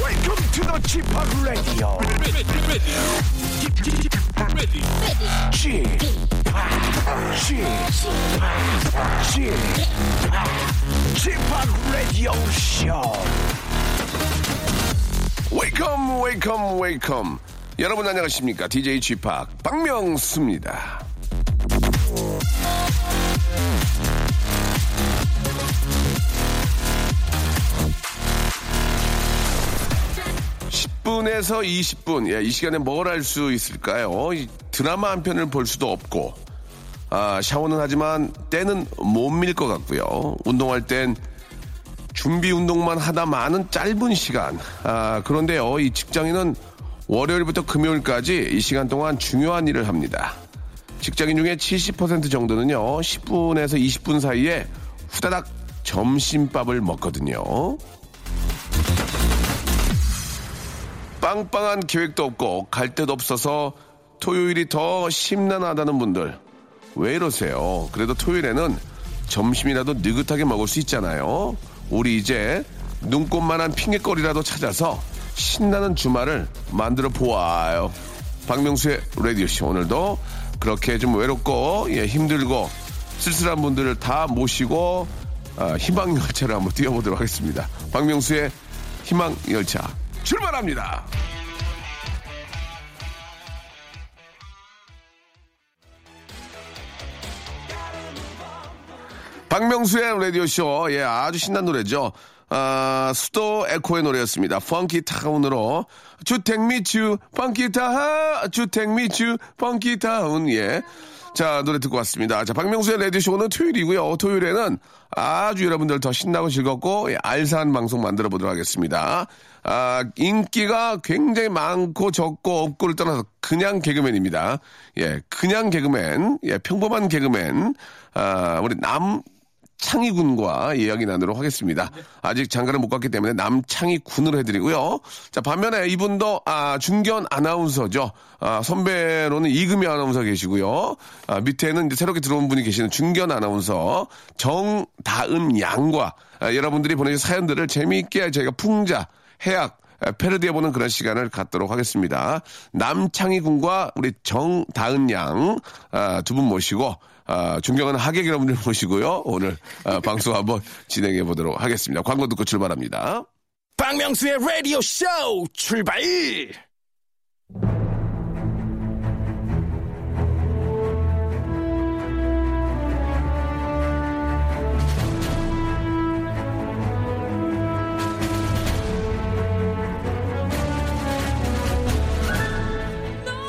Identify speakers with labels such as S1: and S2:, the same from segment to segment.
S1: Welcome to the Chip Radio. Chip, Chip, Chip Radio Show.
S2: 웨이컴 웨이컴 웨이컴 여러분 안녕하십니까 DJ 쥐팍 박명수입니다 분에서 20분 예, 이 시간에 뭘 할 수 있을까요? 이 드라마 한 편을 볼 수도 없고 아, 샤워는 하지만 때는 못 밀 것 같고요 운동할 땐 준비 운동만 하다 많은 짧은 시간. 아, 그런데요, 이 직장인은 월요일부터 금요일까지 이 시간 동안 중요한 일을 합니다. 직장인 중에 70% 정도는요, 10분에서 20분 사이에 후다닥 점심밥을 먹거든요. 빵빵한 계획도 없고 갈 데도 없어서 토요일이 더 심란하다는 분들 왜 이러세요? 그래도 토요일에는 점심이라도 느긋하게 먹을 수 있잖아요. 우리 이제 눈꽃만한 핑계거리라도 찾아서 신나는 주말을 만들어 보아요. 박명수의 라디오 씨 오늘도 그렇게 좀 외롭고 예, 힘들고 쓸쓸한 분들을 다 모시고 아, 희망 열차를 한번 뛰어보도록 하겠습니다. 박명수의 희망 열차 출발합니다. 박명수의 라디오쇼, 예, 아주 신난 노래죠. 아, 수도 에코의 노래였습니다. 펑키 타운으로. 주택미추, 펑키 타, 주택미추, 펑키 타운, 예. 자, 노래 듣고 왔습니다. 자, 박명수의 라디오쇼는 토요일이고요. 토요일에는 아주 여러분들 더 신나고 즐겁고, 예, 알찬 방송 만들어 보도록 하겠습니다. 아, 인기가 굉장히 많고 적고 없고를 떠나서 그냥 개그맨입니다. 예, 그냥 개그맨, 예, 평범한 개그맨, 아, 우리 남, 창희 군과 이야기 나누도록 하겠습니다. 아직 장가를 못 갔기 때문에 남창희 군으로 해드리고요. 자 반면에 이분도 아, 중견 아나운서죠. 아, 선배로는 이금희 아나운서 계시고요. 아, 밑에는 이제 새롭게 들어온 분이 계시는 중견 아나운서 정다은 양과 아, 여러분들이 보내주신 사연들을 재미있게 저희가 풍자 해악 에, 패러디해보는 그런 시간을 갖도록 하겠습니다. 남창희 군과 우리 정다은 양, 두 분 모시고, 아, 존경하는 하객 여러분들 모시고요. 오늘 아, 방송 한번 진행해 보도록 하겠습니다. 광고 듣고 출발합니다.
S1: 박명수의 라디오 쇼 출발!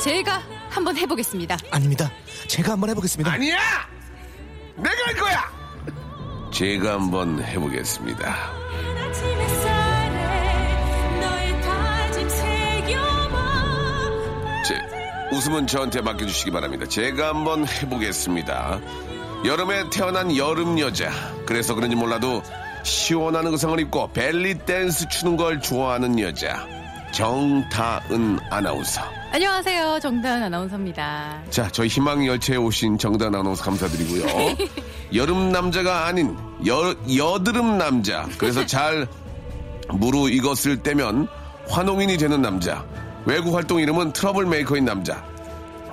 S3: 제가 한번 해보겠습니다.
S4: 아닙니다. 제가 한번 해보겠습니다.
S2: 아니야! 내가 할 거야! 제가 한번 해보겠습니다.
S5: 아침 햇살에 너의 다짐 새겨봐
S2: 제, 웃음은 저한테 맡겨주시기 바랍니다. 제가 한번 해보겠습니다. 여름에 태어난 여름 여자. 그래서 그런지 몰라도 시원한 의상을 입고 벨리 댄스 추는 걸 좋아하는 여자. 정다은 아나운서.
S3: 안녕하세요 정다은 아나운서입니다.
S2: 자, 저희 희망 열차에 오신 정다은 아나운서 감사드리고요. 여름 남자가 아닌 여, 여드름 남자. 그래서 잘 무르익었을 때면 환웅인이 되는 남자. 외국 활동 이름은 트러블 메이커인 남자.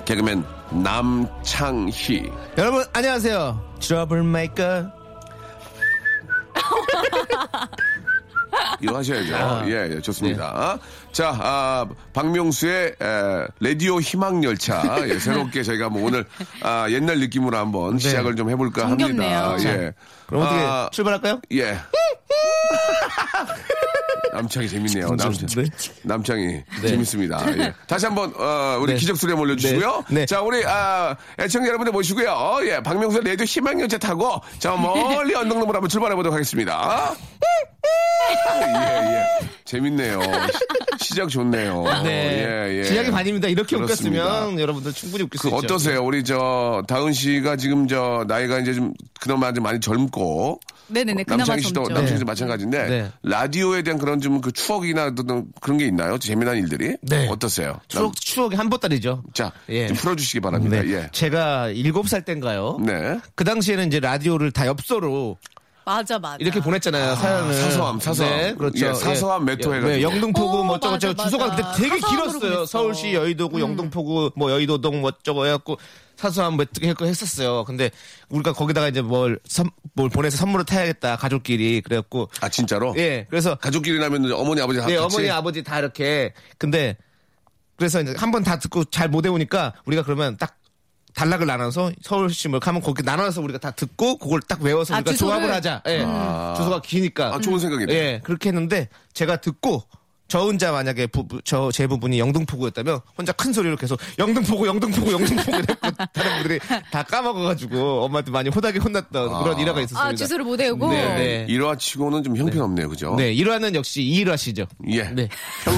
S2: 개그맨 남창희.
S4: 여러분 안녕하세요. 트러블 메이커
S2: 이거 하셔야죠. 예, 예, 좋습니다. 자, 아, 박명수의 에, 라디오 희망 열차 예, 새롭게 저희가 뭐 오늘 아, 옛날 느낌으로 한번 시작을 좀 해볼까 합니다.
S3: 정겹네요.
S2: 예.
S4: 그럼 어떻게
S2: 아,
S4: 출발할까요?
S2: 예. 남창이 재밌네요. 남창,
S4: 네.
S2: 남창이
S4: 네.
S2: 재밌습니다. 예. 다시 한번 어, 우리
S4: 네.
S2: 기적수리 한번 올려주시고요.
S4: 네. 네.
S2: 자 우리 아, 애청자 여러분들 모시고요. 어, 예, 박명수 레디오 희망열차 타고 자 멀리 언덕너머로 한번 출발해 보도록 하겠습니다. 예예 재밌네요. 시- 시작 좋네요.
S4: 네.
S2: 예, 예.
S4: 지략이 반입니다. 이렇게
S2: 그렇습니다.
S4: 웃겼으면 여러분들 충분히 웃길 수
S2: 그
S4: 있죠.
S2: 어떠세요? 우리 저 다은 씨가 지금 저 나이가 이제 좀 그나마 좀 많이 젊고
S3: 네네네. 그나마
S2: 남창희 씨도
S3: 젊죠.
S2: 남창희 씨도 마찬가지인데
S4: 네.
S2: 라디오에 대한 그런 좀 그 추억이나 어떤 그런 게 있나요? 재미난 일들이?
S4: 네.
S2: 어떠세요? 남-
S4: 추억 추억의 한 보따리죠.
S2: 자,
S4: 예.
S2: 좀 풀어주시기 바랍니다.
S4: 네.
S2: 예.
S4: 제가 일곱 살 때인가요?
S2: 네.
S4: 그 당시에는 이제 라디오를 다 엽서로
S3: 맞아 맞아.
S4: 이렇게 보냈잖아요. 사연을.
S2: 사서함, 사서함.
S4: 네, 그렇죠.
S2: 예, 사서함 메토 해가지고.
S4: 네, 영등포구
S3: 오,
S4: 뭐 어쩌고 저쩌고
S3: 맞아,
S4: 주소가
S3: 맞아.
S4: 그때 되게
S3: 사서함으로 음.
S4: 길었어요.
S3: 보냈어.
S4: 서울시 여의도구 영등포구 뭐 여의도동 뭐 어쩌고 해갖고 사서함 뭐 어떻게 했고 했었어요. 근데 우리가 거기다가 이제 뭘, 선, 뭘 보내서 선물을 타야겠다. 가족끼리. 그래갖고.
S2: 아 진짜로?
S4: 예, 그래서
S2: 가족끼리라면 어머니 아버지 다
S4: 네,
S2: 같이.
S4: 어머니 아버지 다 이렇게. 근데 그래서 이제 한 번 다 듣고 잘 못 외우니까 우리가 그러면 딱 단락을 나눠서 서울시 뭐 가면 거기 나눠서 우리가 다 듣고 그걸 딱 외워서
S3: 아,
S4: 우리가
S3: 주소를?
S4: 조합을 하자. 예.
S2: 아.
S4: 주소가 기니까.
S2: 아, 좋은 생각이네요.
S4: 예. 그렇게 했는데 제가 듣고 저 혼자 만약에 부부, 저, 제 부분이 영등포구였다면 혼자 큰 소리로 계속 영등포구, 영등포구, 영등포구 이랬고 다른 분들이 다 까먹어가지고 엄마한테 많이 호되게 혼났던 그런 일화가 있었습니다.
S3: 아 주소를 못 외우고.
S4: 네, 네.
S2: 일화치고는 좀 형편없네요, 그죠?
S4: 네, 일화는 역시 이 일화시죠.
S2: 예.
S4: 네.
S2: 형,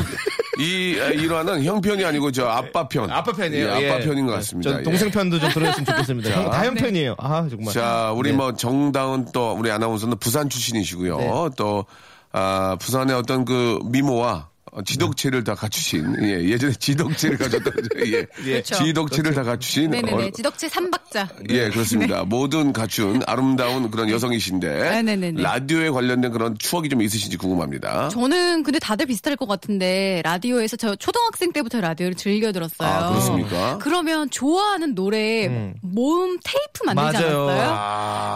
S2: 이 아, 일화는 형편이 아니고 저 아빠 편.
S4: 아빠 팬이에요.
S2: 예, 아빠
S4: 예.
S2: 편인 것 같습니다.
S4: 전
S2: 예.
S4: 동생 편도 좀 들어줬으면 좋겠습니다. 형, 다 형 편이에요. 아 정말.
S2: 자, 우리
S4: 네.
S2: 뭐 정다운 또 우리 아나운서는 부산 출신이시고요. 또 아, 부산의 어떤 그 미모와 어, 지덕체를 다 갖추신 예, 예전에 지덕체를 가졌던 예,
S3: 그렇죠.
S2: 지덕체를 다 갖추신
S3: 네네네. 네.
S2: 어,
S3: 지덕체 삼박자.
S2: 예, 그렇습니다. 모든 갖춘 아름다운 그런 여성이신데
S3: 아, 네네네.
S2: 라디오에 관련된 그런 추억이 좀 있으신지 궁금합니다.
S3: 저는 근데 다들 비슷할 것 같은데 라디오에서 저 초등학생 때부터 라디오를 즐겨 들었어요.
S2: 아, 그렇습니까?
S3: 그러면 좋아하는 노래 모음 테이프 만들지
S4: 맞아요.
S3: 않았어요?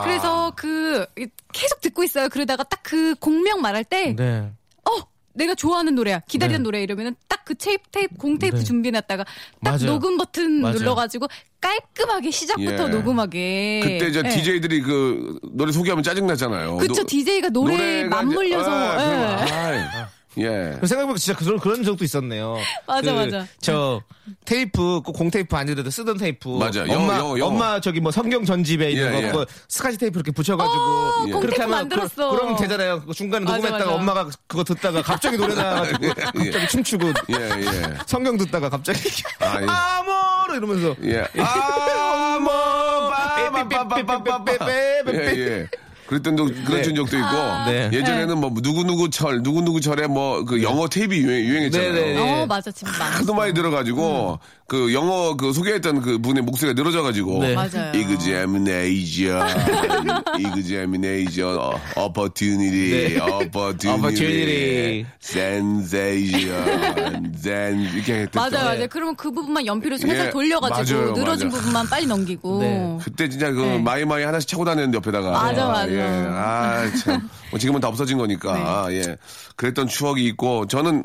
S3: 그래서 그 계속 듣고 있어요. 그러다가 딱 그 곡명 말할 때
S4: 네.
S3: 어 내가 좋아하는 노래야 기다리는 노래 이러면은 딱 그 테이프 테이프 공 테이프 준비해놨다가 딱
S4: 네. 맞아요.
S3: 녹음 버튼
S4: 맞아요.
S3: 눌러가지고 깔끔하게 시작부터
S2: 예.
S3: 녹음하게
S2: 그때 저
S3: 예.
S2: DJ들이 그 노래 소개하면 짜증나잖아요.
S3: 그쵸
S2: 노-
S3: DJ가 노래에
S2: 노래가 이제-
S3: 맞물려서
S2: 아,
S3: 예.
S2: 그럼, 아이, 예.
S4: 생각해보니까 진짜 그런, 그런 적도 있었네요.
S3: 맞아,
S4: 그,
S3: 맞아.
S4: 저, 테이프, 그 공테이프 아니더라도 쓰던 테이프.
S2: 맞아. 영어,
S4: 엄마,
S2: 영어, 영어.
S4: 엄마 저기 뭐 성경 전집에 있는
S2: 예,
S4: 거,
S2: 예.
S4: 그거 스카치 테이프 이렇게 붙여가지고.
S3: 어, 공테이프 만들었어.
S4: 그, 그럼 되잖아요. 그거 중간에
S3: 맞아,
S4: 녹음했다가
S3: 맞아.
S4: 엄마가 그거 듣다가 갑자기 노래 나와가지고 갑자기 춤추고.
S2: 예, 예.
S4: 성경 듣다가 갑자기.
S2: 아, 예.
S4: 아, 모로 이러면서.
S2: 예. 아, 뭐, 빠바바바바바바. 예, 예. 그랬던 적, 그랬던 적도 있고.
S4: 네.
S2: 예전에는 뭐, 누구누구 철, 누구누구 철에 뭐, 그 영어 테이프 유행, 했잖아요
S4: 네, 음. 네.
S3: 어 맞아 지금
S2: 하도 많이 들어가지고, 그 영어 그 소개했던 그 분의 목소리가 늘어져가지고. 그
S4: 네.
S3: 맞아요.
S2: 이그제미네이저, 그 이그제미네이저, 어, 어퍼튜니티,
S4: 네.
S2: 어퍼튜니티,
S4: Opportunity.
S2: 센세이션, 센, 이렇게 했던.
S3: 맞아요, 맞아요. 그러면 그 부분만 연필을 회사
S2: 예,
S3: 돌려가지고
S2: 맞아요,
S3: 늘어진
S2: 맞아요.
S3: 부분만 빨리 넘기고.
S4: 네.
S2: 그때 진짜 그
S3: 네.
S2: 마이마이 하나씩 차고 다녔는데 옆에다가
S3: 맞아, 네.
S2: 아,
S3: 맞아.
S2: 예. 아, 참. 뭐 지금은 다 없어진 거니까 아, 예 그랬던 추억이 있고 저는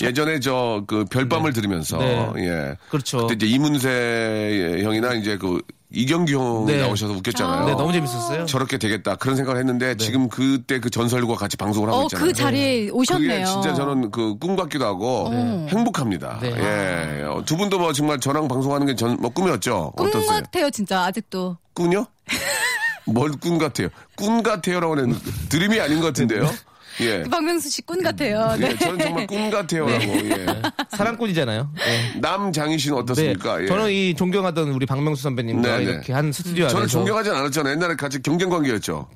S2: 예전에 저 그 별밤을 들으면서
S4: 네.
S2: 예
S4: 그렇죠.
S2: 그때 이제 이문세 형이나 이제 그 이경규 형이
S4: 네.
S2: 나오셔서 웃겼잖아요.
S4: 네, 너무 재밌었어요.
S2: 저렇게 되겠다 그런 생각을
S4: 네.
S2: 했는데 지금 그때 그 전설과 같이 방송을 하고
S3: 어,
S2: 있잖아요.
S3: 그 자리에 오셨네요. 어.
S2: 그게 진짜 저는 그 꿈 같기도 하고 행복합니다.
S4: 네.
S2: 예. 어, 두 분도 뭐 정말 저랑 방송하는 게 전 뭐 꿈이었죠.
S3: 꿈
S2: 어떠세요?
S3: 같아요, 진짜 아직도.
S2: 꿈요? 뭘 꿈 같아요? 꿈 같아요라고 하는 드림이 아닌 것 같은데요. 예.
S4: 네.
S3: 그 박명수 씨 꿈 같아요. 네.
S2: 예, 저는 정말 꿈 같아요라고. 예.
S4: 사랑꾼이잖아요. 네.
S2: 남장희 씨는 어떻습니까? 예.
S4: 저는 이 존경하던 우리 박명수 선배님과
S2: 네, 네.
S4: 이렇게 한 스튜디오 안에서
S2: 저는 존경하진 않았잖아요. 옛날에 같이 경쟁 관계였죠.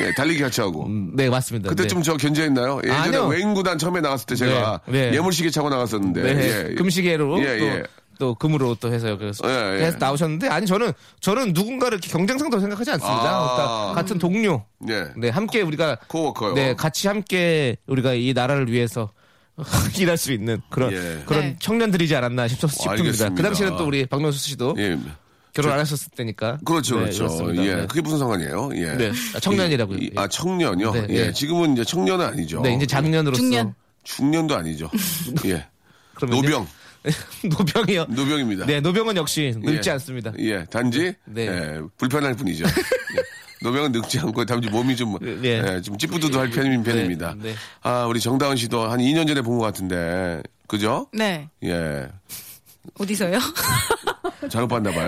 S2: 예, 달리기 같이 하고.
S4: 음, 네 맞습니다.
S2: 그때
S4: 네.
S2: 좀 저 견제했나요? 예전에
S4: 아니요.
S2: 외인구단 처음에 나갔을 때 제가
S4: 네, 네.
S2: 예물시계 차고 나갔었는데.
S4: 네,
S2: 예, 예.
S4: 금시계로
S2: 예,
S4: 또,
S2: 예.
S4: 또 금으로 또 해서요. 그래서
S2: 예, 예.
S4: 그래서 나오셨는데 아니 저는 저는 누군가를 이렇게 경쟁 상대로 생각하지 않습니다.
S2: 아.
S4: 그러니까 같은 동료,
S2: 예.
S4: 네 함께 우리가
S2: 코워커요.
S4: 네 같이 함께 우리가 이 나라를 위해서 일할 수 있는 그런
S2: 예.
S4: 그런
S3: 네.
S4: 청년들이지 않았나 싶- 싶습니다.
S2: 알겠습니다.
S4: 그 당시에는 또 우리 박명수 씨도
S2: 예.
S4: 결혼 안 하셨을 때니까
S2: 그렇죠,
S4: 네,
S2: 그렇죠.
S4: 그렇습니다.
S2: 예.
S4: 네.
S2: 그게 무슨 상관이에요? 예.
S4: 네. 아, 청년이라고요.
S2: 이- 아, 청년이요?
S4: 네,
S2: 예.
S4: 예.
S2: 지금은 이제 청년은 아니죠.
S4: 네, 이제 장년으로서
S3: 중년.
S2: 중년도 아니죠. 예.
S4: 그러면요?
S2: 노병.
S4: 노병이요.
S2: 노병입니다.
S4: 네, 노병은 역시 늙지
S2: 예.
S4: 않습니다.
S2: 예, 단지
S4: 네.
S2: 예, 불편할 뿐이죠. 예. 노명은 늙지 않고 잠시 몸이 좀,
S4: 예.
S2: 예, 좀 찌뿌드드할 편인 편입니다.
S4: 네, 네.
S2: 아, 우리 정다은 씨도 한 2년 전에 본 것 같은데, 그죠?
S3: 네.
S2: 예.
S3: 어디서요?
S2: 잘못 봤나 봐요.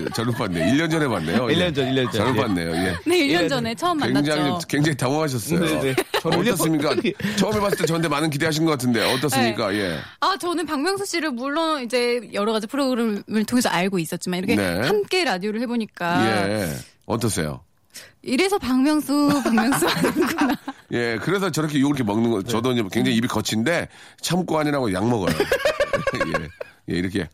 S2: 예, 잘못 봤네. 1년 전에 봤네요. 예.
S4: 1년 전, 1년 전.
S2: 잘못
S4: 예.
S2: 봤네요. 예.
S3: 네, 1년 전에 처음
S2: 굉장히
S3: 만났죠.
S2: 굉장히 당황하셨어요.
S4: 네, 네. 저는요.
S2: 어떻습니까? 처음에 봤을 때 저한테 많은 기대하신 것 같은데 어떻습니까? 예.
S3: 아, 저는 박명수 씨를 물론 이제 여러 가지 프로그램을 통해서 알고 있었지만 이렇게
S2: 네.
S3: 함께 라디오를 해보니까
S2: 예. 어떠세요?
S3: 이래서 박명수, 박명수 하는구나.
S2: 예. 그래서 저렇게 욕을 이렇게 먹는 거 저도 이제 굉장히 입이 거친데 참고 아니라고 약 먹어요. 예. 예. 이렇게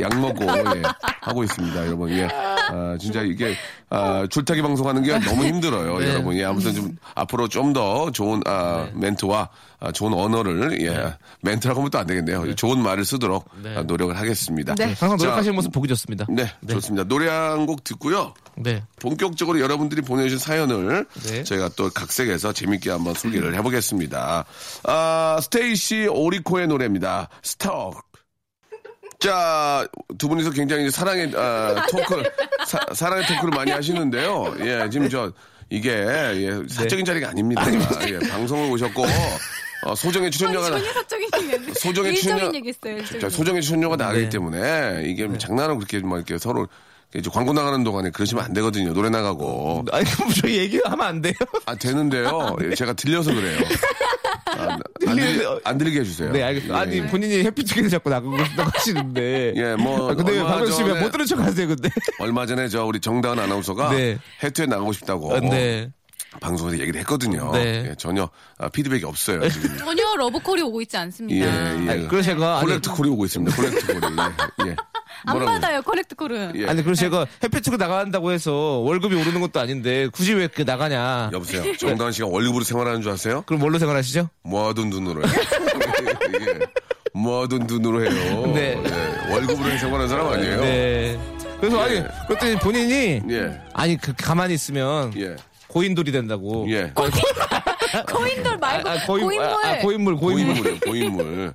S2: 약 먹고 예. 하고 있습니다, 여러분. 예. 아, 진짜 이게 아, 줄타기 방송하는 게 너무 힘들어요,
S4: 네.
S2: 여러분. 예. 아무튼 좀 앞으로 좀 더 좋은 아, 멘트와 아, 좋은 언어를 예. 멘트라고 하면 또 안 되겠네요. 좋은 말을 쓰도록 아, 노력을 하겠습니다.
S3: 네.
S4: 항상
S2: 자,
S4: 노력하시는 모습 보기 좋습니다.
S2: 네, 좋습니다. 노래 한 곡 듣고요.
S4: 네.
S2: 본격적으로 여러분들이 보내주신 사연을
S4: 네.
S2: 저희가 또 각색해서 재밌게 한번 소개를 해보겠습니다. 아, 스테이시 오리코의 노래입니다. 스톡. 자, 두 분이서 굉장히 사랑의 아, 토크를 사, 랑의 토크를 많이 하시는데요. 예, 지금 저 이게 예, 사적인 자리가 아닙니다. 예, 방송을 오셨고 어, 소정의 출연료가
S3: 전혀 사적인 얘기 안 했어요.
S2: 소정의
S3: 일적인
S2: 출연-
S3: 얘기 했어요. 일적인
S2: 자, 소정의 출연료가 네. 나가기 때문에 이게 장난으로 그렇게 막 이렇게 서로 이제 광고 나가는 동안에 그러시면 안 되거든요. 노래 나가고.
S4: 아니, 그럼 저 얘기하면 안 돼요?
S2: 아, 되는데요. 예, 제가 들려서 그래요. 아, 안, 들리,
S4: 들리는데요?
S2: 안 들리게 해주세요.
S4: 네, 알겠습니다.
S2: 예,
S4: 아니,
S2: 예.
S4: 본인이 해피투게더 자꾸 나가고 싶다고 하시는데.
S2: 예, 뭐,
S4: 아, 근데 왜
S2: 얼마
S4: 박명수 씨
S2: 전에-
S4: 왜 못 들은 척 하세요, 근데?
S2: 얼마 전에 저 우리 정다은 아나운서가
S4: 네.
S2: 해투에 나가고 싶다고
S4: 아, 네.
S2: 방송에서 얘기를 했거든요.
S4: 네.
S2: 예, 전혀 아, 피드백이 없어요. 지금.
S3: 전혀 러브콜이 오고 있지
S2: 예,
S3: 않습니다.
S4: 아니,
S2: 예.
S4: 그래서 제가. 아니,
S2: 콜렉트 콜이 오고 있습니다. 콜렉트 콜이. 예. 예.
S3: 안
S2: 뭐라고요?
S3: 받아요, 커렉트콜은.
S2: 예.
S4: 아니, 그래서 제가 해피투게 나간다고 해서 월급이 오르는 것도 아닌데 굳이 왜 그렇게 나가냐.
S2: 여보세요. 정다은 씨가 월급으로 생활하는 줄 아세요?
S4: 그럼 뭘로 생활하시죠?
S2: 모아둔 돈으로 해요. 예. 모아둔 돈으로 해요.
S4: 네.
S2: 예. 월급으로 생활하는 사람 아니에요?
S4: 네. 그래서
S2: 예.
S4: 아니, 그랬더니 본인이.
S2: 예.
S4: 아니, 그, 가만히 있으면.
S2: 예.
S4: 고인돌이 된다고.
S2: 예.
S3: 고인돌 말고
S4: 아, 고인,
S3: 그 고인물.
S4: 아, 아, 고인물, 고인물.
S2: 고인물이에요, 고인물.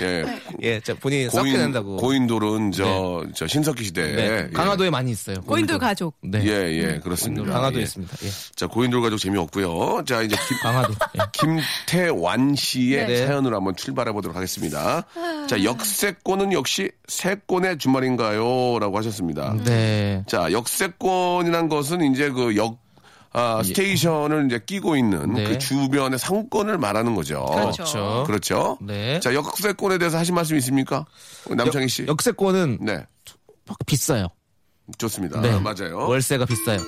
S2: 예.
S4: 예, 자, 본인이 썩게
S2: 고인,
S4: 된다고.
S2: 고인돌은 저, 저 신석기 시대에.
S4: 네.
S2: 예.
S4: 강화도에 많이 있어요.
S3: 고인돌 가족.
S4: 네.
S2: 예, 예, 그렇습니다.
S4: 강화도에
S2: 예.
S4: 있습니다. 예.
S2: 자, 고인돌 가족 재미없고요 자, 이제 김,
S4: 강화도. 예.
S2: 김태완 씨의
S4: 네. 아.
S2: 사연으로 한번 출발해 보도록 하겠습니다. 자, 역세권은 역시 세권의 주말인가요? 라고 하셨습니다.
S3: 음.
S4: 네.
S2: 자, 역세권이란 것은 이제 그 역, 아, 스테이션을 이제 끼고 있는
S4: 예. 네.
S2: 그 주변의 상권을 말하는 거죠.
S3: 그렇죠.
S4: 그렇죠.
S2: 그렇죠.
S4: 네.
S2: 자, 역세권에 대해서 하신 말씀 있습니까? 남창희 씨.
S4: 역세권은
S2: 네.
S4: 확 비싸요.
S2: 좋습니다.
S4: 네.
S2: 맞아요.
S4: 월세가 비싸요.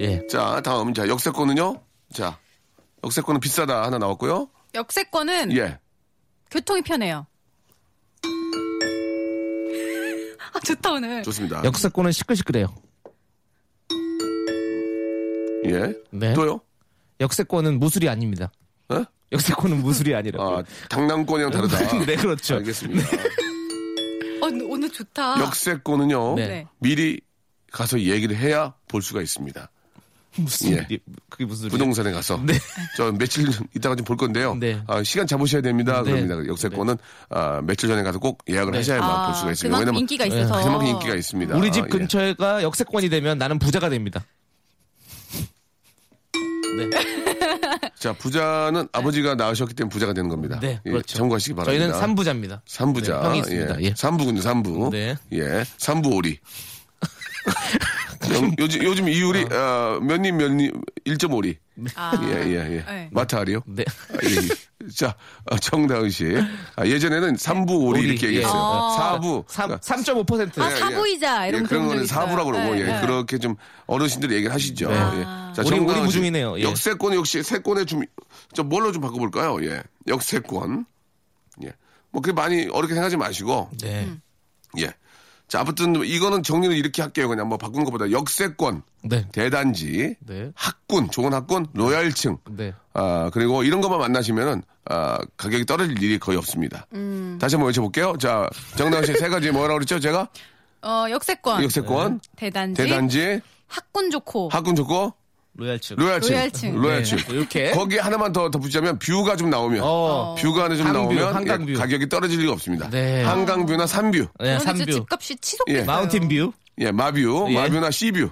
S4: 예.
S2: 자, 다음. 자, 역세권은요? 자, 역세권은 비싸다 하나 나왔고요.
S3: 역세권은
S2: 예.
S3: 교통이 편해요. 아, 좋다, 오늘.
S2: 좋습니다.
S4: 역세권은 시끌시끌해요.
S2: 예.
S4: 네.
S2: 또요?
S4: 역세권은 무술이 아닙니다.
S2: 어?
S4: 역세권은 무술이 아니라고.
S2: 아, 당남권이랑 다르다.
S4: 네, 그렇죠. 아.
S2: 알겠습니다.
S3: 어, 오늘 좋다.
S2: 역세권은요?
S4: 네.
S3: 네.
S2: 미리 가서 얘기를 해야 볼 수가 있습니다.
S4: 무슨
S2: 예.
S4: 일이 그게 무슨 일이에요?
S2: 부동산에 가서 저 며칠 이따가 좀 볼 건데요.
S4: 네.
S2: 아, 시간 잡으셔야 됩니다.
S4: 네.
S2: 그럽니다. 역세권은 아, 며칠 전에 가서 꼭 예약을 하셔야만
S3: 아,
S2: 볼 수가 있습니다. 왜냐면
S3: 그만큼
S2: 예,
S3: 인기가 있어서.
S2: 그만큼 인기가 있습니다.
S4: 우리 집
S2: 예.
S4: 근처가 역세권이 되면 나는 부자가 됩니다. 네.
S2: 자 부자는 아버지가 낳으셨기 때문에 부자가 되는 겁니다.
S4: 네,
S2: 예,
S4: 그렇죠.
S2: 참고하시기 바랍니다.
S4: 저희는 삼부자입니다.
S2: 삼부자.
S4: 네, 형이 있습니다. 예.
S2: 삼부군요, 삼부.
S4: 네.
S2: 예. 삼부 오리. 요- 요즘, 요즘 이율이, 어, 몇 님, 몇 님, 1.5리.
S3: 아,
S2: 예, 예, 예.
S3: 네.
S2: 마타 알이요?
S4: 네.
S2: 아, 예, 예. 자, 어, 정다은 씨. 아, 예전에는 삼부 오리
S4: 오리,
S2: 이렇게
S4: 예.
S2: 얘기했어요.
S3: 아.
S2: 사부
S4: 삼 3.5%.
S3: 아, 사부이자 이런
S2: 예, 그런 거는
S3: 있어요.
S2: 사부라고 그러고
S3: 네,
S2: 예,
S3: 네.
S2: 그렇게 좀 어르신들 얘기를 하시죠.
S4: 네.
S2: 예. 자,
S4: 우리-
S2: 정다은
S4: 우리
S2: 씨.
S4: 무중이네요. 예.
S2: 역세권 역시 세권에 좀 저 뭘로 좀 바꿔볼까요? 예, 역세권. 예, 뭐 그게 많이 어렵게 생각하지 마시고
S4: 네.
S2: 예. 자, 아무튼 이거는 정리를 이렇게 할게요. 그냥 뭐 바꾼 것보다 역세권,
S4: 네.
S2: 대단지,
S4: 네.
S2: 학군, 좋은 학군, 로얄층.
S4: 네.
S2: 아, 그리고 이런 것만 만나시면은, 아, 가격이 떨어질 일이 거의 없습니다.
S3: 음.
S2: 다시 한번 외쳐볼게요. 자, 정당 씨세 가지 뭐라고 그랬죠? 제가?
S3: 어, 역세권.
S2: 역세권,
S3: 대단지,
S2: 대단지,
S3: 학군 좋고.
S2: 학군 좋고,
S4: 로얄층.
S2: 어. 로얄층.
S3: 로얄층.
S2: 로얄층.
S4: 네. 이렇게.
S2: 거기 하나만 더 덧붙이자면 뷰가 좀 나오면.
S4: 어.
S2: 뷰가 하나 좀
S4: 한뷰,
S2: 나오면
S4: 한강뷰.
S2: 예, 가격이 떨어질 리가 없습니다.
S4: 네.
S2: 한강뷰나 산뷰,
S4: 네,
S3: 그런데 진짜
S4: 삼뷰.
S3: 집값이 치솟겠어요.
S2: 예.
S4: 마운틴 뷰.
S2: 예, 마뷰,
S4: 예.
S2: 마뷰나 시뷰.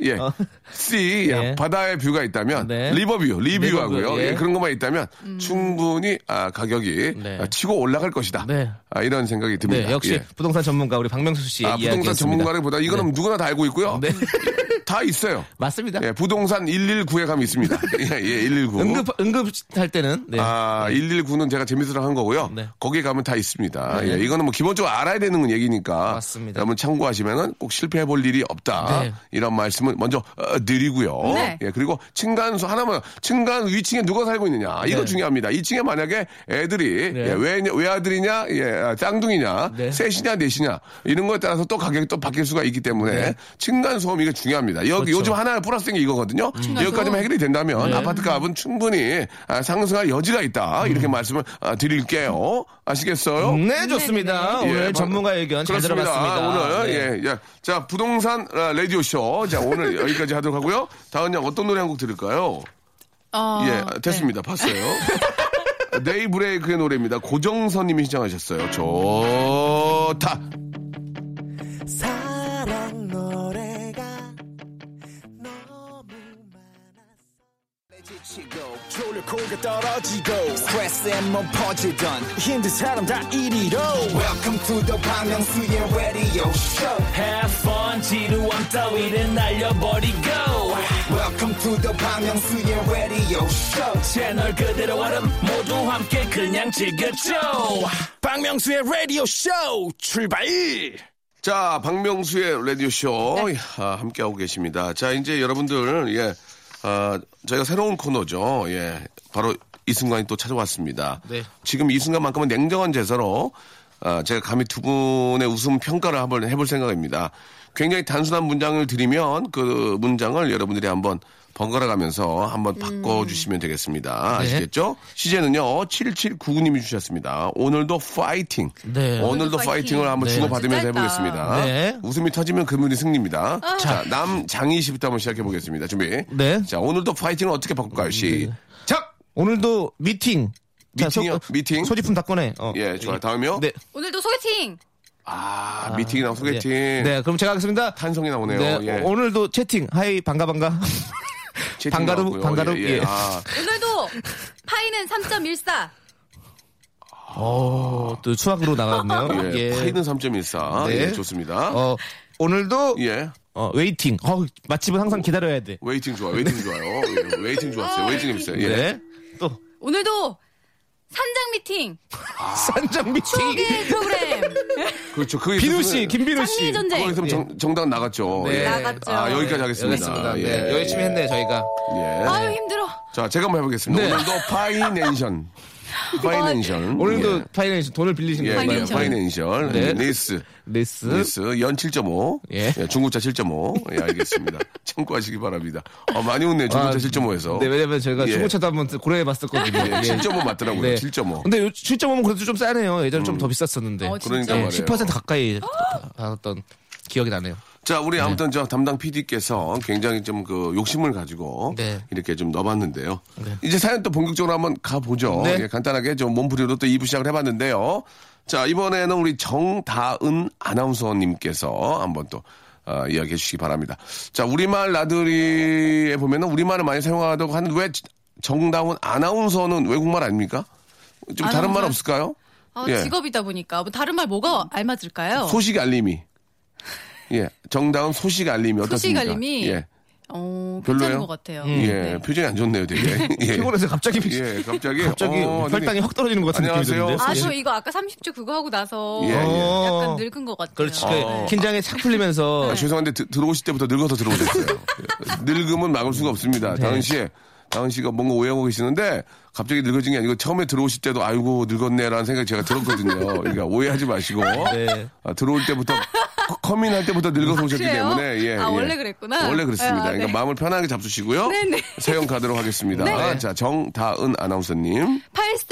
S2: 예.
S4: 어.
S2: C, 예,
S4: 예.
S2: 바다의 뷰가 있다면
S4: 네.
S2: 리버뷰, 리뷰하고요.
S4: 리버뷰,
S2: 예.
S4: 예.
S2: 그런 것만 있다면 충분히 아, 가격이
S4: 네.
S2: 아, 치고 올라갈 것이다.
S4: 네.
S2: 아, 이런 생각이 듭니다.
S4: 네, 역시
S2: 예.
S4: 부동산 전문가 우리 박명수 씨의
S2: 아,
S4: 이야기였습니다.
S2: 부동산 전문가를보다 이거는 누구나 다 알고 있고요.
S4: 네.
S2: 다 있어요.
S4: 맞습니다.
S2: 예, 부동산 119에 가면 있습니다. 예, 예, 119.
S4: 네. 응급 응급할 때는 네.
S2: 아, 119는 제가 재밌으러 한 거고요.
S4: 네.
S2: 거기에 가면 다 있습니다. 예, 이거는 뭐 기본적으로 알아야 되는 얘기니까.
S4: 맞습니다.
S2: 여러분 참고하시면은 꼭 실패해 볼 일이 없다.
S4: 네.
S2: 이런 말씀을 먼저 어, 드리고요.
S3: 네.
S2: 예, 그리고 층간소 하나만 층간 위층에 누가 살고 있느냐. 이거
S4: 네.
S2: 중요합니다. 2층에 만약에 애들이
S4: 네.
S2: 예, 외, 외아들이냐, 예, 아, 쌍둥이냐,
S4: 네.
S2: 셋이냐, 넷이냐 이런 거에 따라서 또 가격이 또 바뀔 수가 있기 때문에 층간소음 이게 중요합니다. 여기
S4: 네. 그렇죠.
S2: 요즘 하나 플러스인 게 이거거든요. 여기까지만 해결이 된다면
S4: 네.
S2: 아파트 값은 충분히 아, 상승할 여지가 있다.
S4: 음.
S2: 이렇게 말씀을 아, 드릴게요. 아시겠어요?
S4: 네, 좋습니다.
S2: 예,
S4: 오늘
S2: 방-
S4: 전문가 의견 잘
S2: 그렇습니다.
S4: 들어봤습니다.
S2: 아, 오늘
S4: 네.
S2: 예, 예. 자 부동산 아, 라디오 쇼. 자 오늘 여기까지 하도록 하고요. 다음 양 어떤 노래 한 곡 들을까요?
S3: 어,
S2: 예, 아, 됐습니다. 봤어요. 네이브레이크의 노래입니다. 고정선님이 신청하셨어요. 좋다.
S1: 지치고, 졸려 코가 떨어지고, 스트레스에 몸 퍼지던, 힘든 사람 다 이리로. E welcome to the Bang Myung-soo's radio show
S6: Have fun 지루함 따위를 날려버리고
S1: welcome to the Bang Myung-soo's radio show
S6: 채널 그대로 와름 모두 함께 그냥 즐겨줘
S1: 박명수의 라디오 쇼 출발!
S2: 자, 박명수의 라디오쇼 아, 함께하고 계십니다. 자, 이제 여러분들, 예, 아, 저희가 새로운 코너죠. 예, 바로 이 순간이 또 찾아왔습니다.
S4: 네.
S2: 지금 이 순간만큼은 냉정한 제사로 아, 제가 감히 두 분의 웃음 평가를 한번 해볼 생각입니다. 굉장히 단순한 문장을 드리면 그 문장을 여러분들이 한번 번갈아 가면서 한번 바꿔주시면 되겠습니다. 아시겠죠? 시제는요, 7799님이 주셨습니다. 오늘도 파이팅.
S4: 네.
S2: 오늘도
S3: 오늘도 파이팅.
S2: 파이팅을 한번
S4: 네.
S2: 주고받으면서
S3: 진짜 짧다. 아.
S2: 해보겠습니다.
S4: 네.
S2: 웃음이 터지면 그분이 승리입니다. 자, 남장희 씨부터 한번 시작해 보겠습니다. 준비.
S4: 네.
S2: 자, 오늘도 파이팅을 어떻게 바꿀까요? 시.
S4: 작! 오늘도 미팅. 자, 소-
S2: 미팅이요? 미팅?
S4: 소지품 다 꺼내. 어.
S2: 예, 좋아요. 다음이요?
S4: 네.
S3: 오늘도 소개팅.
S2: 아, 미팅이랑 소개팅.
S4: 네. 네, 그럼 제가 하겠습니다.
S2: 탄성이 나오네요.
S4: 네,
S2: 예.
S4: 오늘도 채팅. 하이, 반가, 반가.
S2: 채팅
S4: 방가루,
S2: 나왔고요.
S4: 방가루,
S2: 예. 예.
S4: 예.
S2: 아,
S3: 오늘도 파이는 3.14.
S4: 어, 또 수학으로 나갔네요.
S2: 예. 파이는 3.14.
S4: 네.
S2: 예, 좋습니다.
S4: 어, 오늘도,
S2: 예.
S4: 어, 웨이팅. 어, 맛집은 항상 기다려야 돼.
S2: 웨이팅 좋아, 웨이팅 좋아요. 예, 웨이팅 좋았어요.
S3: 아,
S2: 웨이팅 재밌어요. 예.
S4: 네. 또,
S3: 오늘도 산장 미팅.
S2: 아.
S4: 산장 미팅.
S2: 예.
S3: 추억의 프로그램.
S2: 그렇죠. 그게
S4: 비누
S2: 무슨-
S4: 씨, 김비누
S3: 장미
S4: 씨.
S3: 전쟁.
S2: 거기서 정, 정답 나갔죠.
S4: 네.
S2: 예.
S3: 나갔죠.
S2: 아, 여기까지 하겠습니다.
S4: 알겠습니다.
S2: 예.
S4: 네, 열심히 했네, 저희가.
S2: 예.
S3: 아유 힘들어.
S2: 자, 제가 한번 해보겠습니다.
S4: 네.
S2: 오늘도 파이낸션. 파이낸션.
S4: 오늘도 그 파이낸셜 돈을 빌리신
S2: 예,
S4: 거예요.
S2: 예,
S3: 파이낸셜.
S2: 파이낸션.
S4: 네.
S2: 네이스.
S4: 리스.
S2: 네이스. 연 7.5. 예.
S4: 예.
S2: 중국차 7.5. 예, 알겠습니다. 참고하시기 바랍니다. 어, 많이 웃네. 중국차
S4: 아,
S2: 7.5에서.
S4: 네, 왜냐면 저희가
S2: 예.
S4: 중고차도 한번 고려해봤었거든요. 네.
S2: 예, 7.5 맞더라고요. 7.5.
S4: 근데 7.5는 그래도 좀 싸네요. 예전에 좀 더 비쌌었는데.
S3: 어, 진짜.
S2: 그러니까
S4: 네,
S2: 말이에요.
S4: 10% 가까이 받았던 기억이 나네요.
S2: 자, 우리 아무튼 저 담당 PD께서 굉장히 좀 그 욕심을 가지고
S4: 네.
S2: 이렇게 좀 넣어봤는데요. 이제 사연 또 본격적으로 한번 가보죠.
S4: 네.
S2: 예, 간단하게 좀 몸부림으로 또 2부 시작을 해봤는데요. 자, 이번에는 우리 정다은 아나운서님께서 한번 또 어, 이야기해 주시기 바랍니다. 자, 우리말 나들이에 보면은 우리말을 많이 사용하다고 하는데 왜 정다운 아나운서는 외국말 아닙니까? 좀 다른 말
S3: 아나운서요?
S2: 없을까요?
S3: 아,
S2: 예.
S3: 직업이다 보니까 뭐 다른 말 뭐가 알맞을까요?
S2: 소식 알림이. 예, 정다운 소식 알림이
S3: 소식
S2: 어떻습니까?
S3: 알림이
S2: 예.
S3: 어,
S2: 별로예요?
S3: 괜찮은 것 같아요. 네.
S2: 예, 표정이 안 좋네요, 되게. 예,
S4: 피곤해서 갑자기
S2: 예 갑자기.
S4: 갑자기
S2: 어,
S4: 혈당이 확 떨어지는 것 같은 느낌이
S2: 안녕하세요.
S4: 드는데.
S3: 아, 저 이거 아까 30주 그거 하고 나서
S2: 예, 예.
S3: 약간 늙은 것 같아요.
S4: 그렇지.
S2: 어.
S4: 그렇죠. 긴장에 착 풀리면서
S2: 아, 죄송한데 드- 들어오실 때부터 늙어서 들어오셨어요. 예, 늙음은 막을 수가 없습니다. 다은 씨, 다은 씨가 뭔가 오해하고 계시는데 갑자기 늙어진 게 아니고 처음에 들어오실 때도 아이고 늙었네라는 생각 이 제가 들었거든요. 그러니까 오해하지 마시고
S4: 네.
S2: 아, 들어올 때부터 커- 커밍할 때부터 늙어서 오셨기
S3: 그래요?
S2: 때문에 예,
S3: 아,
S2: 예.
S3: 원래 그랬구나.
S2: 원래 그렇습니다.
S3: 아, 네.
S2: 그러니까 마음을 편하게 잡수시고요.
S3: 네네.
S2: 사연 가도록 하겠습니다.
S4: 네.
S2: 자, 정다은 아나운서님.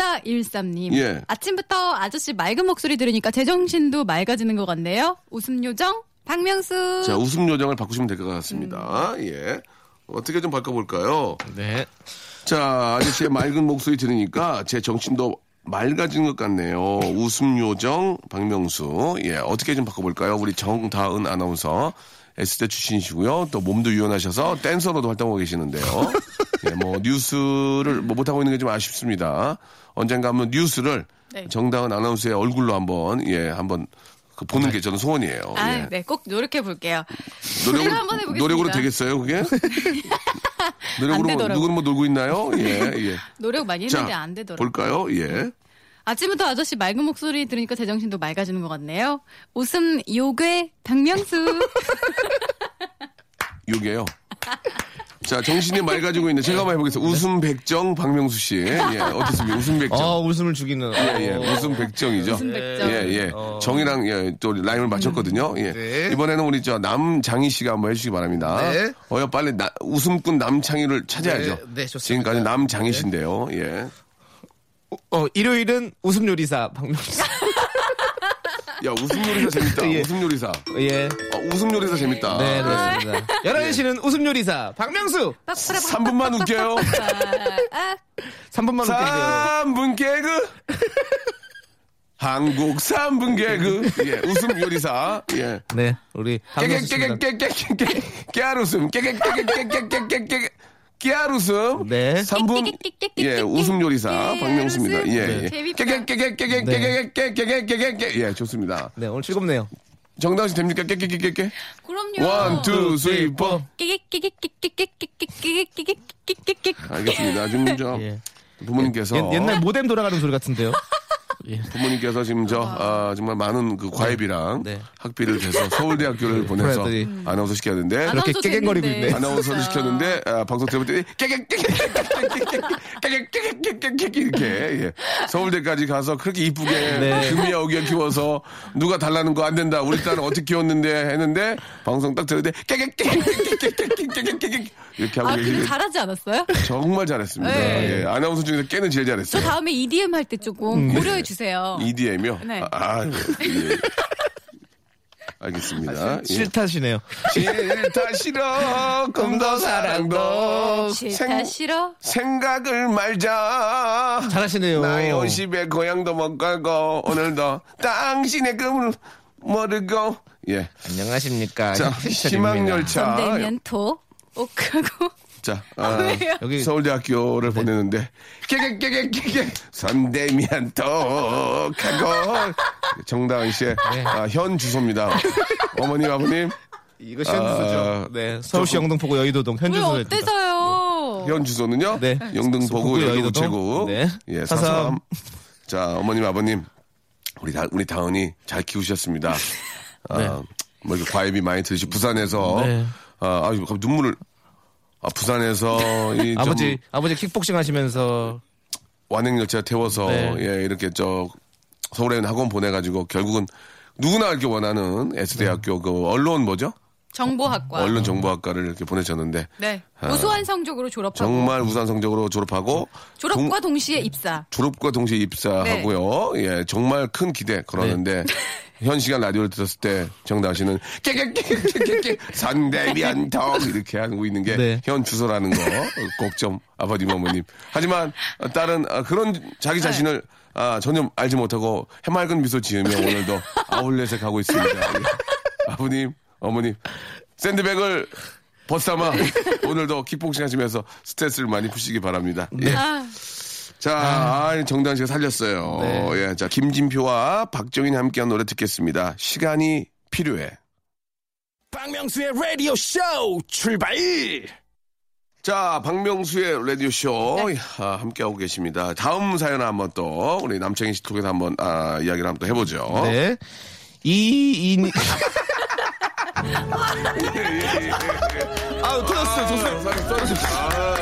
S3: 8413님.
S2: 예.
S3: 아침부터 아저씨 맑은 목소리 들으니까 제정신도 맑아지는 것 같네요. 웃음 요정, 박명수.
S2: 자, 웃음 요정을 바꾸시면 될 것 같습니다.
S3: 음.
S2: 예. 어떻게 좀 바꿔볼까요?
S4: 네.
S2: 자, 아저씨의 맑은 목소리 들으니까 제 정신도 맑아진 것 같네요. 웃음 요정 박명수. 예, 어떻게 좀 바꿔볼까요? 우리 정다은 아나운서. S대 출신이시고요. 또 몸도 유연하셔서 댄서로도 활동하고 계시는데요. 예, 뭐 뉴스를 뭐 못하고 있는 게 좀 아쉽습니다. 언젠가 한번 뉴스를
S3: 네.
S2: 정다은 아나운서의 얼굴로 한번 예 한번 그 보는 게 저는 소원이에요.
S3: 아,
S2: 예.
S3: 네, 꼭 노력해 볼게요.
S2: 노력으로,
S3: 제가 한번 해보겠습니다.
S2: 노력으로 되겠어요, 그게? 노력으로 뭐-
S3: 되더라고요.
S2: 누구는 뭐 놀고 있나요? 예, 예.
S3: 노력 많이 했는데 안 되더라고요.
S2: 볼까요? 예.
S3: 아침부터 아저씨 맑은 목소리 들으니까 제정신도 맑아지는 것 같네요. 웃음 요괴 박명수.
S2: 요게요. 자, 정신이 맑아지고 있는 제가 한번 해보겠습니다.
S3: 네.
S2: 웃음 백정 박명수 씨. 예, 어떻습니까? 웃음 백정.
S4: 아, 웃음을 죽이는.
S2: 예, 예. 웃음 백정이죠.
S3: 웃음 백정.
S2: 예, 예.
S4: 어.
S2: 정이랑 예, 또 라임을 맞췄거든요. 예.
S4: 네.
S2: 이번에는 우리 저 남장희 씨가 한번 해주시기 바랍니다.
S4: 네.
S2: 어여 빨리 나- 웃음꾼 남창희를 찾아야죠.
S4: 네, 네, 좋습니다.
S2: 지금까지 남장희 씨인데요. 예.
S4: 어, 일요일은 웃음 요리사 박명수.
S2: 야, 웃음 요리사 재밌다.
S4: 예.
S2: 웃음 요리사.
S4: 예.
S2: 아, 웃음 요리사 재밌다.
S4: 네, 그렇습니다. 11시는 웃음 요리사 박명수.
S2: 3분만 웃겨요.
S4: 3분만 웃겨주세요.
S2: 3분 개그. 한국 3분 개그. 예, 웃음 요리사. 예.
S4: 네, 우리 박명수 씨입니다.
S2: 깨깨깨깨깨깨깨 깨알웃음 깨깨깨깨깨깨깨깨 깨알웃음
S4: 네.
S2: 3분 예 웃음 요리사 박명수입니다
S3: 네.
S2: 예
S3: 재밌다.
S2: 깨깨깨깨깨깨깨깨깨깨깨깨깨 예 좋습니다
S4: 네, 오늘 즐겁네요.
S2: 정당 씨 됩니까 깨깨깨깨깨
S3: 그럼요.
S4: 어,
S2: 원투 쓰리
S4: 네,
S2: 포
S3: 끼끼끼끼끼끼끼끼끼끼끼끼끼끼끼끼끼끼끼끼끼끼끼끼끼끼끼끼끼끼끼끼끼끼끼끼끼끼끼끼끼끼
S2: 알겠습니다 지금 저
S4: 예.
S2: 부모님께서
S4: 옛- 옛날 모뎀 돌아가는 소리 같은데요.
S2: 부모님께서 지금 저 아, 정말 많은 그 과외비랑
S4: 네.
S2: 학비를 대서 서울대학교를 보내서
S4: 그래야지.
S2: 아나운서 시켰는데
S4: 그렇게 깨갱거리고 있네.
S2: 아나운서를 시켰는데 아, 방송 들어볼 때 깨깨깨깨깨깨깨깨깨깨깨깨깨깨깨깨 이렇게 예. 서울대까지 가서 그렇게 이쁘게
S4: 네.
S2: 금이야 오기야 키워서 누가 달라는 거 안 된다 우리 딸은 어떻게 키웠는데 했는데 방송 딱 들을 때 깨깨깨깨깨깨깨깨깨깨 이렇게 하고
S3: 아, 근데
S2: 계시는데
S3: 잘하지 않았어요?
S2: 정말 잘했습니다.
S3: 네.
S2: 예. 아나운서 중에서 깨는 제일
S3: 저
S2: 잘했어요.
S3: 다음에 EDM 할 때
S4: 음.
S3: 조금 고려해 주세요.
S2: 어. EDM이요?
S3: 네.
S2: E 아, 아유, 예. 알겠습니다. 예.
S4: 싫다시네요.
S2: 싫다 싫어 꿈도 사랑도
S3: 싫다
S2: 어, 생-
S3: 싫어.
S2: 생각을 말자.
S4: 잘하시네요.
S2: 나의 50에 고향도 못 가고 오늘도 당신의 꿈을 모르고 예.
S4: 안녕하십니까.
S2: 자
S4: 힐링
S2: 희망
S4: 차림입니다.
S2: 열차.
S3: 전대면 토. 옥하고.
S2: 자 아,
S3: 왜요?
S4: 여기-
S2: 서울대학교를
S4: 네.
S2: 보내는데 깨깨깨깨깨 선대미안 떡하고 정다은 씨의
S4: 네.
S2: 아, 현 주소입니다. 어머님 아버님
S4: 이거 시연주소죠.
S2: 아,
S4: 네, 서울시 영등포구 여의도동
S3: 왜
S4: 현주소에
S3: 어때서요?
S2: 현 주소는요?
S4: 네.
S2: 영등포구
S4: 북구
S2: 여의도
S4: 여의도동.
S2: 우체국.
S4: 네.
S2: 예,
S4: 사삼.
S2: 사삼. 자, 어머님, 아버님. 우리 다, 우리 다은이 잘 키우셨습니다. 아, 뭐 이렇게 과일비 많이 드시 부산에서
S4: 네.
S2: 아, 아유, 갑자기 눈물을 아, 부산에서 이좀
S4: 아버지 아버지 킥복싱 하시면서
S2: 완행열차 태워서
S4: 네.
S2: 예, 이렇게 저 서울에 있는 학원 보내 가지고 결국은 누구나 이렇게 원하는 S대학교 그 언론 뭐죠?
S3: 정보학과.
S2: 언론 정보학과를 이렇게 보내셨는데
S3: 네. 우수한 성적으로 졸업하고
S2: 아. 정말 우수한 성적으로 졸업하고 동-
S3: 졸업과 동시에 입사.
S2: 졸업과 동시에 입사하고요. 예, 정말 큰 기대 걸었는데 현 시간 라디오를 들었을 때 정다은 씨는 깨깨깨깨깨 선대면 덕 이렇게 하고 있는 게 현
S4: 네.
S2: 주소라는 거 꼭 좀 아버님 어머님. 하지만 딸은 아, 그런 자기 자신을 아, 전혀 알지 못하고 해맑은 미소 지으며 오늘도 아울렛에 가고 있습니다. 예. 아버님 어머님 샌드백을 벗삼아 오늘도 킥복싱 하시면서 스트레스를 많이 푸시기 바랍니다. 예.
S3: 아,
S2: 자, 아, 정당 씨가 살렸어요.
S4: 네.
S2: 예, 자, 김진표와 박정인이 함께한 노래 듣겠습니다. 시간이 필요해.
S6: 박명수의 라디오 쇼 출발
S2: 자, 박명수의 라디오쇼
S3: 네.
S2: 아, 함께하고 계십니다. 다음 사연 한번 또 우리 남창희 씨 통해서 한번 아, 이야기를 한번 또 해보죠.
S4: 네. 이이 아우
S2: 아,
S4: 터졌어요. 좋습니다.
S2: 아,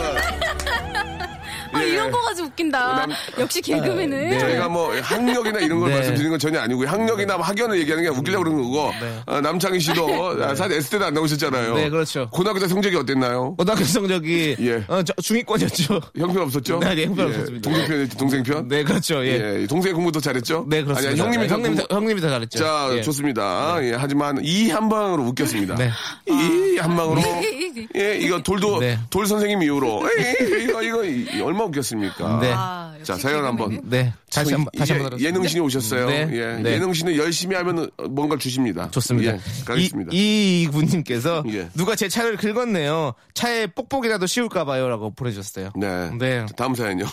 S2: 예.
S3: 아, 이런 거 가지고 웃긴다.
S2: 남-
S3: 역시 개그맨은.
S2: 저희가 뭐 학력이나 이런 걸
S4: 네.
S2: 말씀드리는 건 전혀 아니고요. 학력이나 뭐 학연을 얘기하는 게 아니라 웃기려고 그러는 거고 아, 남창희 씨도 아, 사실 S대도 안 나오셨잖아요.
S4: 네, 그렇죠.
S2: 고등학교 때 성적이 어땠나요?
S4: 고등학교 성적이
S2: 예.
S4: 어, 저- 중위권이었죠.
S2: 형편 없었죠?
S4: 네, 형편
S2: 예,
S4: 없었습니다.
S2: 동생편, 동생편?
S4: 네, 그렇죠. 예.
S2: 예, 동생 공부 더 잘했죠?
S4: 네, 그렇습니다.
S2: 아니, 형님이
S4: 네,
S2: 더
S4: 형님
S2: 공부-
S4: 형님이 더 잘했죠.
S2: 자,
S4: 예.
S2: 좋습니다. 예, 하지만 이 한 방으로 웃겼습니다.
S4: 네.
S2: 이 한 방으로.
S3: 이- 이-
S2: 예, 이거 돌도,
S4: 네.
S2: 돌 선생님 이후로. 에이, 이거, 이거, 이- 얼마 않습니까?
S4: 네.
S3: 아, 역시
S2: 자, 사연 한번.
S3: 개그맨은?
S4: 네. 다시 한번 다시 한번
S2: 예, 능신이 오셨어요.
S4: 네.
S2: 예.
S4: 네.
S2: 예능신은 열심히 하면 뭔가를 주십니다.
S4: 좋습니다.
S2: 예, 가겠습니다.
S4: 이, 이 군님께서
S2: 예.
S4: 누가 제 차를 긁었네요. 차에 뽁뽁이라도 씌울까봐요라고 보내주셨어요.
S2: 네.
S4: 네.
S2: 다음 사연요.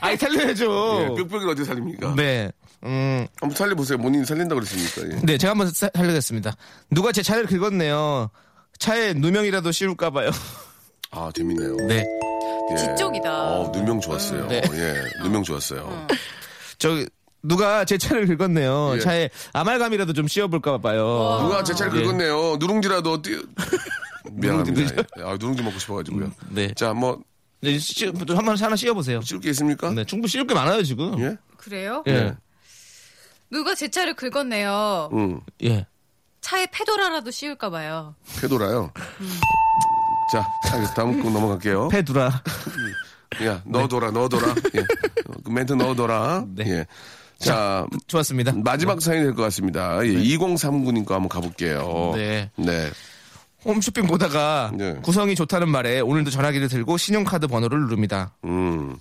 S4: 아이
S2: 예,
S4: 살려야죠.
S2: 뿅뿅이를 어떻게 살립니까?
S4: 네. 음,
S2: 한번 살려보세요. 본인이 살린다고 그랬으니까. 예.
S4: 네, 제가 한번 사- 살려겠습니다. 누가 제 차를 긁었네요. 차에 누명이라도 씌울까봐요.
S2: 아, 재밌네요.
S4: 네.
S2: 예.
S3: 지적이다. 음.
S2: 어, 누명 좋았어요.
S4: 네.
S2: 예, 누명 좋았어요.
S4: 저기, 누가 제 차를 긁었네요.
S2: 예.
S4: 차에 아말감이라도 좀 씌워볼까봐요.
S2: 누가 제 차를
S4: 예.
S2: 긁었네요. 누룽지라도 띄... 미안합니다. 예. 아, 누룽지 먹고 싶어가지고요.
S4: 네.
S2: 자, 뭐,
S4: 네, 씌- 좀 한번 하나 씌워보세요.
S2: 씌울 게 있습니까?
S4: 네, 충분히 씌울 게 많아요, 지금.
S2: 예?
S3: 그래요?
S4: 예.
S3: 누가 제 차를 긁었네요.
S2: 응.
S4: 예.
S3: 차에 페도라라도 씌울까 봐요.
S2: 패돌아요. 자, 알겠어. 다음 곡 넘어갈게요.
S4: 패두라. 네.
S2: 야, 넣어둬라, 넣어둬라. 예. 어, 그 멘트 넣어둬라.
S4: 네.
S2: 예. 자,
S4: 좋았습니다.
S2: 마지막 사연이 될 것 같습니다. 예, 2039님 거 한번 가볼게요.
S4: 네.
S2: 네.
S4: 홈쇼핑 보다가
S2: 네.
S4: 구성이 좋다는 말에 오늘도 전화기를 들고 신용카드 번호를 누릅니다.
S2: 음.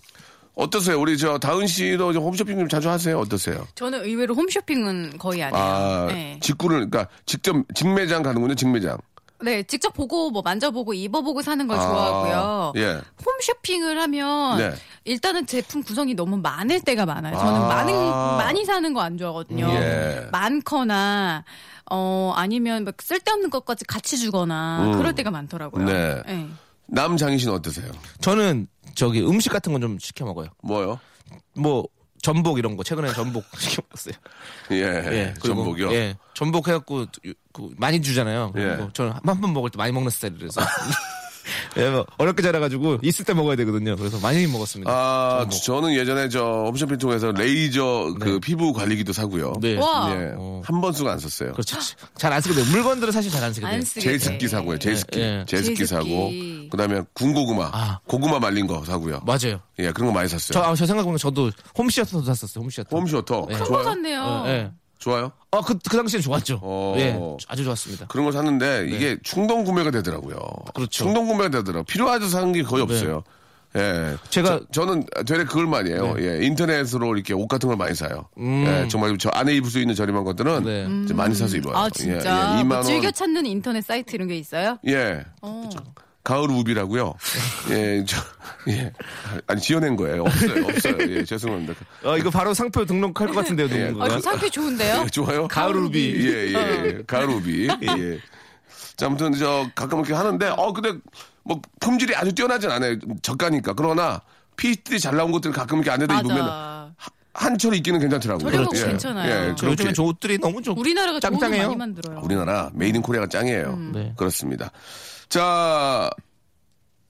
S2: 어떠세요? 우리 저 다은 씨도 이제 홈쇼핑 좀 자주 하세요? 어떠세요?
S3: 저는 의외로 홈쇼핑은 거의 안 해요.
S2: 아,
S3: 네.
S2: 직구를, 그러니까 직접, 직매장 가는군요, 직매장.
S3: 네, 직접 보고 뭐 만져보고 입어보고 사는 걸
S2: 아,
S3: 좋아하고요.
S2: 예.
S3: 홈쇼핑을 하면
S2: 네.
S3: 일단은 제품 구성이 너무 많을 때가 많아요. 저는
S2: 아.
S3: 많은 많이 사는 거 안 좋아하거든요.
S2: 예.
S3: 많거나 어 아니면 막 쓸데없는 것까지 같이 주거나 그럴 때가 많더라고요.
S2: 음. 네.
S3: 예.
S2: 남장희 씨는 어떠세요?
S4: 저는 저기 음식 같은 건 좀 시켜 먹어요.
S2: 뭐요?
S4: 뭐 전복 이런 거 최근에 전복 시켜 먹었어요.
S2: 예.
S4: 그리고
S2: 전복이요?
S4: 예. 전복 해갖고 유- 그 많이 주잖아요.
S2: 예.
S4: 그리고 저는 한 번 먹을 때 많이 먹는 스타일이라서. 예, 뭐 어렵게 자라가지고 있을 때 먹어야 되거든요. 그래서 많이 먹었습니다.
S2: 아,
S4: 전복.
S2: 저는 예전에 저 홈쇼핑 통해서 레이저 그 피부 관리기도 사고요.
S4: 네.
S3: 와.
S2: 예.
S4: 어.
S2: 한 번수가 안 썼어요.
S4: 그렇죠. 잘 안 쓰게 돼요. 물건들은 사실 잘 안 쓰게 돼요.
S3: 안 쓰게
S2: 제습기
S3: 돼.
S2: 사고요. 제습기.
S4: 예, 예.
S2: 제습기,
S3: 제습기.
S2: 사고. 그다음에 군고구마.
S4: 아.
S2: 고구마 말린 거 사고요.
S4: 맞아요.
S2: 예, 그런 거 많이 샀어요.
S4: 저, 아, 저 생각해보면 저도 홈시어터도 샀었어요. 홈시어터.
S2: 홈쇼터.
S3: 또
S2: 좋아요?
S3: 샀네요.
S4: 예, 예.
S2: 좋아요?
S4: 어, 그, 그 당시엔 좋았죠.
S2: 어.
S4: 예. 아주 좋았습니다.
S2: 그런 걸 샀는데 이게 충동 구매가 되더라고요.
S4: 네. 그렇죠. 네.
S2: 충동 구매가 되더라고요. 필요하죠 사는 게 거의 없어요. 예.
S4: 제가- 네.
S2: 저, 는 되레 그걸 많이 해요. 예. 인터넷으로 이렇게 옷 같은 걸 많이 사요.
S4: 음.
S2: 예. 정말 저 안에 입을 수 있는 저렴한 것들은
S4: 네.
S2: 이제 많이 사서 입어요.
S3: 아
S2: 예.
S3: 진짜
S2: 예. 2만
S3: 뭐
S2: 원.
S3: 즐겨 찾는 인터넷 사이트 이런 게 있어요?
S2: 예.
S3: 어.
S2: 가을 우비라고요.
S4: 네.
S2: 예, 저, 예. 아니, 지어낸 거예요. 없어요, 없어요. 예, 죄송합니다.
S4: 어, 이거 바로 상표 등록할 것 같은데요,
S2: 예.
S4: 누군가.
S3: 아, 그 상표 좋은데요?
S2: 예, 좋아요?
S4: 가을 우비.
S2: 예, 예, 예.
S3: 어.
S2: 가을 우비. 예. 자, 아무튼, 저, 가끔 이렇게 하는데, 어, 근데, 뭐, 품질이 아주 뛰어나진 않아요. 좀 저가니까. 그러나, 피트들이 잘 나온 것들은 가끔 이렇게 안에다 입으면,
S3: 맞아.
S2: 한철 입기는 괜찮더라고요.
S3: 저렴하고
S2: 예.
S3: 괜찮아요.
S2: 예,
S4: 저 요즘에
S2: 그렇게.
S4: 저 옷들이 너무 좀
S3: 우리나라가 좋은 거
S4: 짱짱해요.
S3: 많이 만들어요. 음.
S2: 우리나라, 메이드 인 코리아가 짱이에요.
S4: 네.
S2: 그렇습니다. 자,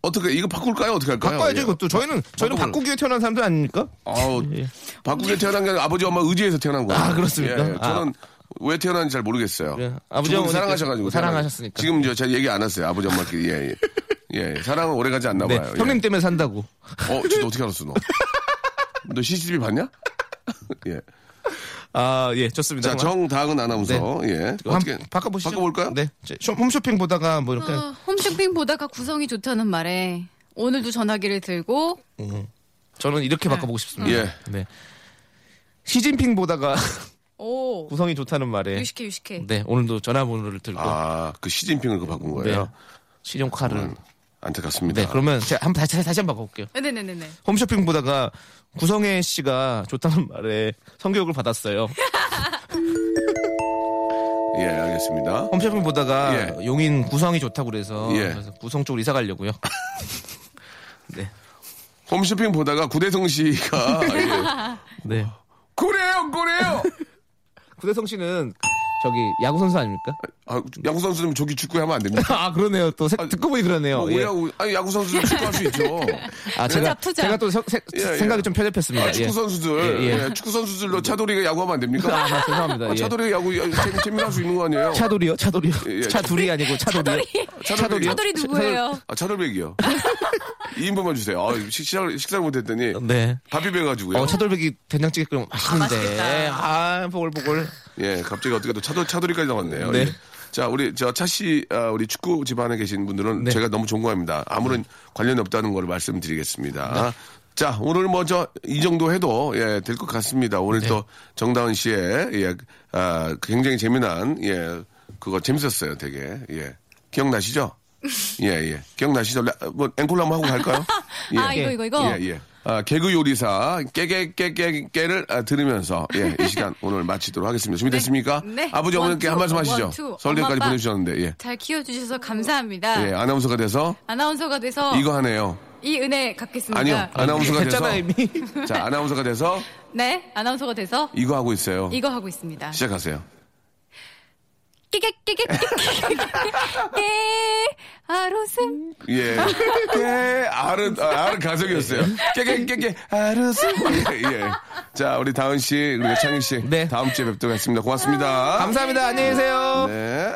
S2: 어떻게, 이거 바꿀까요? 어떻게 할까요?
S4: 바꿔야죠,
S2: 예.
S4: 이것도. 저희는, 저희는
S2: 바꿔볼-
S4: 바꾸기에 태어난 사람들 아닙니까?
S2: 아우,
S4: 예.
S2: 바꾸게 태어난 게 아니라 아버지 엄마 의지에서 태어난 거예요.
S4: 아, 그렇습니까?
S2: 예, 저는 왜 태어났는지 잘 모르겠어요.
S4: 예,
S2: 두
S4: 아버지
S2: 분이
S4: 어머니께서
S2: 사랑하셔가지고
S4: 사랑하셨으니까.
S2: 태어난- 지금 저잘 얘기 안 했어요. 아버지 엄마끼리 예, 예. 예, 사랑은 오래 가지 않나
S4: 네.
S2: 봐요. 예.
S4: 형님 때문에 산다고.
S2: 어, 저도 어떻게 알았어 너? 너 CCTV 봤냐? 예.
S4: 아, 예, 좋습니다.
S2: 자, 정다은 아나운서. 예.
S4: 네. 한-
S2: 어떻게
S4: 바꿔보시죠.
S2: 바꿔볼까요?
S4: 네. 제- 쇼- 홈쇼핑 보다가 뭐 이렇게.
S3: 어, 홈쇼핑 보다가 구성이 좋다는 말에 오늘도 전화기를 들고
S4: 저는 이렇게 바꿔보고 싶습니다.
S2: 예.
S4: 네. 시진핑 보다가
S3: 오
S4: 구성이 좋다는 말에.
S3: 유식해 유식해
S4: 네, 오늘도 전화번호를 들고
S2: 아, 그 시진핑을 그 바꾼 거예요. 음. 아.
S4: 네. 신용카를.
S2: 안타깝습니다.
S4: 네, 그러면 제가 한번 다시, 다시 한번 바꿔볼게요.
S3: 아, 네네네네
S4: 홈쇼핑 보다가 구성애 씨가 좋다는 말에 성교육을 받았어요.
S2: 예, 알겠습니다.
S4: 홈쇼핑 보다가
S2: 예.
S4: 용인 구성이 좋다고 그래서,
S2: 예.
S4: 그래서 구성 쪽으로 이사 가려고요. 네.
S2: 홈쇼핑 보다가 구대성 씨가 예.
S4: 네.
S2: 그래요, 그래요.
S4: 구대성 씨는 저기 야구 선수 아닙니까?
S2: 아, 야구 선수는 저기 축구 하면 안 됩니다.
S4: 아 그러네요. 또 색- 듣고 보니 그러네요.
S2: 뭐
S4: 예.
S2: 야구, 아니 야구 선수도 축구할 수 있죠.
S4: 아 제가
S3: 투잡, 투잡.
S4: 제가 또 세- 세-
S2: 예, 예.
S4: 생각이 좀 편협했습니다.
S2: 아, 축구 선수들,
S4: 예, 예.
S2: 예, 축구 선수들로 차돌이가 야구하면 안
S4: 예. 아,
S2: 됩니까?
S4: 아, 죄송합니다.
S2: 아,
S4: 예.
S2: 차돌이 야구 야, 재미 재미할 수 있는 거 아니에요?
S4: 차돌이요, 차돌이요.
S2: 예, 예.
S4: 차돌이 아니고 차돌이요. 차돌이요.
S3: 차돌이 누구예요?
S2: 아, 차돌백이요. 2인분만 주세요. 아, 식- 식사를 식사를 못했더니
S4: 네.
S2: 밥이 배가지고요.
S4: 어, 차돌백이 된장찌개 끓이면 아, 맛있는데.
S3: 맛있겠다.
S4: 아, 보글보글.
S2: 예, 갑자기 어떻게 또 차돌 차돌이까지 나왔네요.
S4: 네.
S2: 예. 자, 우리 저 차씨 아, 우리 축구 집안에 계신 분들은
S4: 네.
S2: 제가 너무 존경합니다. 아무런 관련이 없다는 걸 말씀드리겠습니다. 자, 오늘 뭐 먼저 이 정도 해도 예, 될 것 같습니다. 오늘 또 정다은 씨의 예, 아, 굉장히 재미난 예, 그거 재밌었어요, 되게. 예. 기억나시죠? 예, 예. 기억나시죠? 라- 뭐 앵콜 한번 하고 갈까요? 예.
S3: 아 이거 이거 이거.
S2: 예, 예. 아, 개그 요리사 깨깨깨깨깨를 아, 들으면서 예, 이 시간 오늘 마치도록 하겠습니다. 준비됐습니까?
S3: 네.
S2: 아버지 어머님께 한
S3: 원, 투,
S2: 말씀
S3: 원,
S2: 하시죠.
S3: 투.
S2: 설대까지
S3: 엄마, 아빠.
S2: 보내주셨는데 예.
S3: 잘 키워주셔서 감사합니다.
S2: 예, 아나운서가 돼서
S3: 아나운서가 돼서
S2: 이거 하네요.
S3: 이 은혜 갖겠습니다.
S2: 아니요, 아나운서가 돼서
S4: 했잖아 이미.
S2: 자, 아나운서가 돼서
S3: 네, 아나운서가 돼서
S2: 이거 하고 있어요.
S3: 이거 하고 있습니다.
S2: 시작하세요.
S3: 깨깨깨깨깨깨 아로슴
S2: 예. 깨, 아르, 아, 아르 가성이었어요. 깨깨깨깨, 아르스. 예. 자, 우리 다은 씨, 그리고 창희 씨.
S4: 네.
S2: 다음 주에 뵙도록 하겠습니다. 고맙습니다.
S4: 감사합니다. 안녕히 계세요.
S2: 네.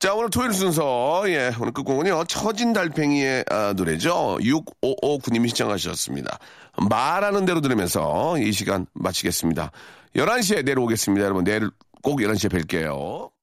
S2: 자, 오늘 토요일 순서, 예, 오늘 끝곡은요, 처진 달팽이의 아, 노래죠. 6559님이 시청하셨습니다. 말하는 대로 들으면서 이 시간 마치겠습니다. 11시에 내려오겠습니다. 여러분, 내일 꼭 11시에 뵐게요.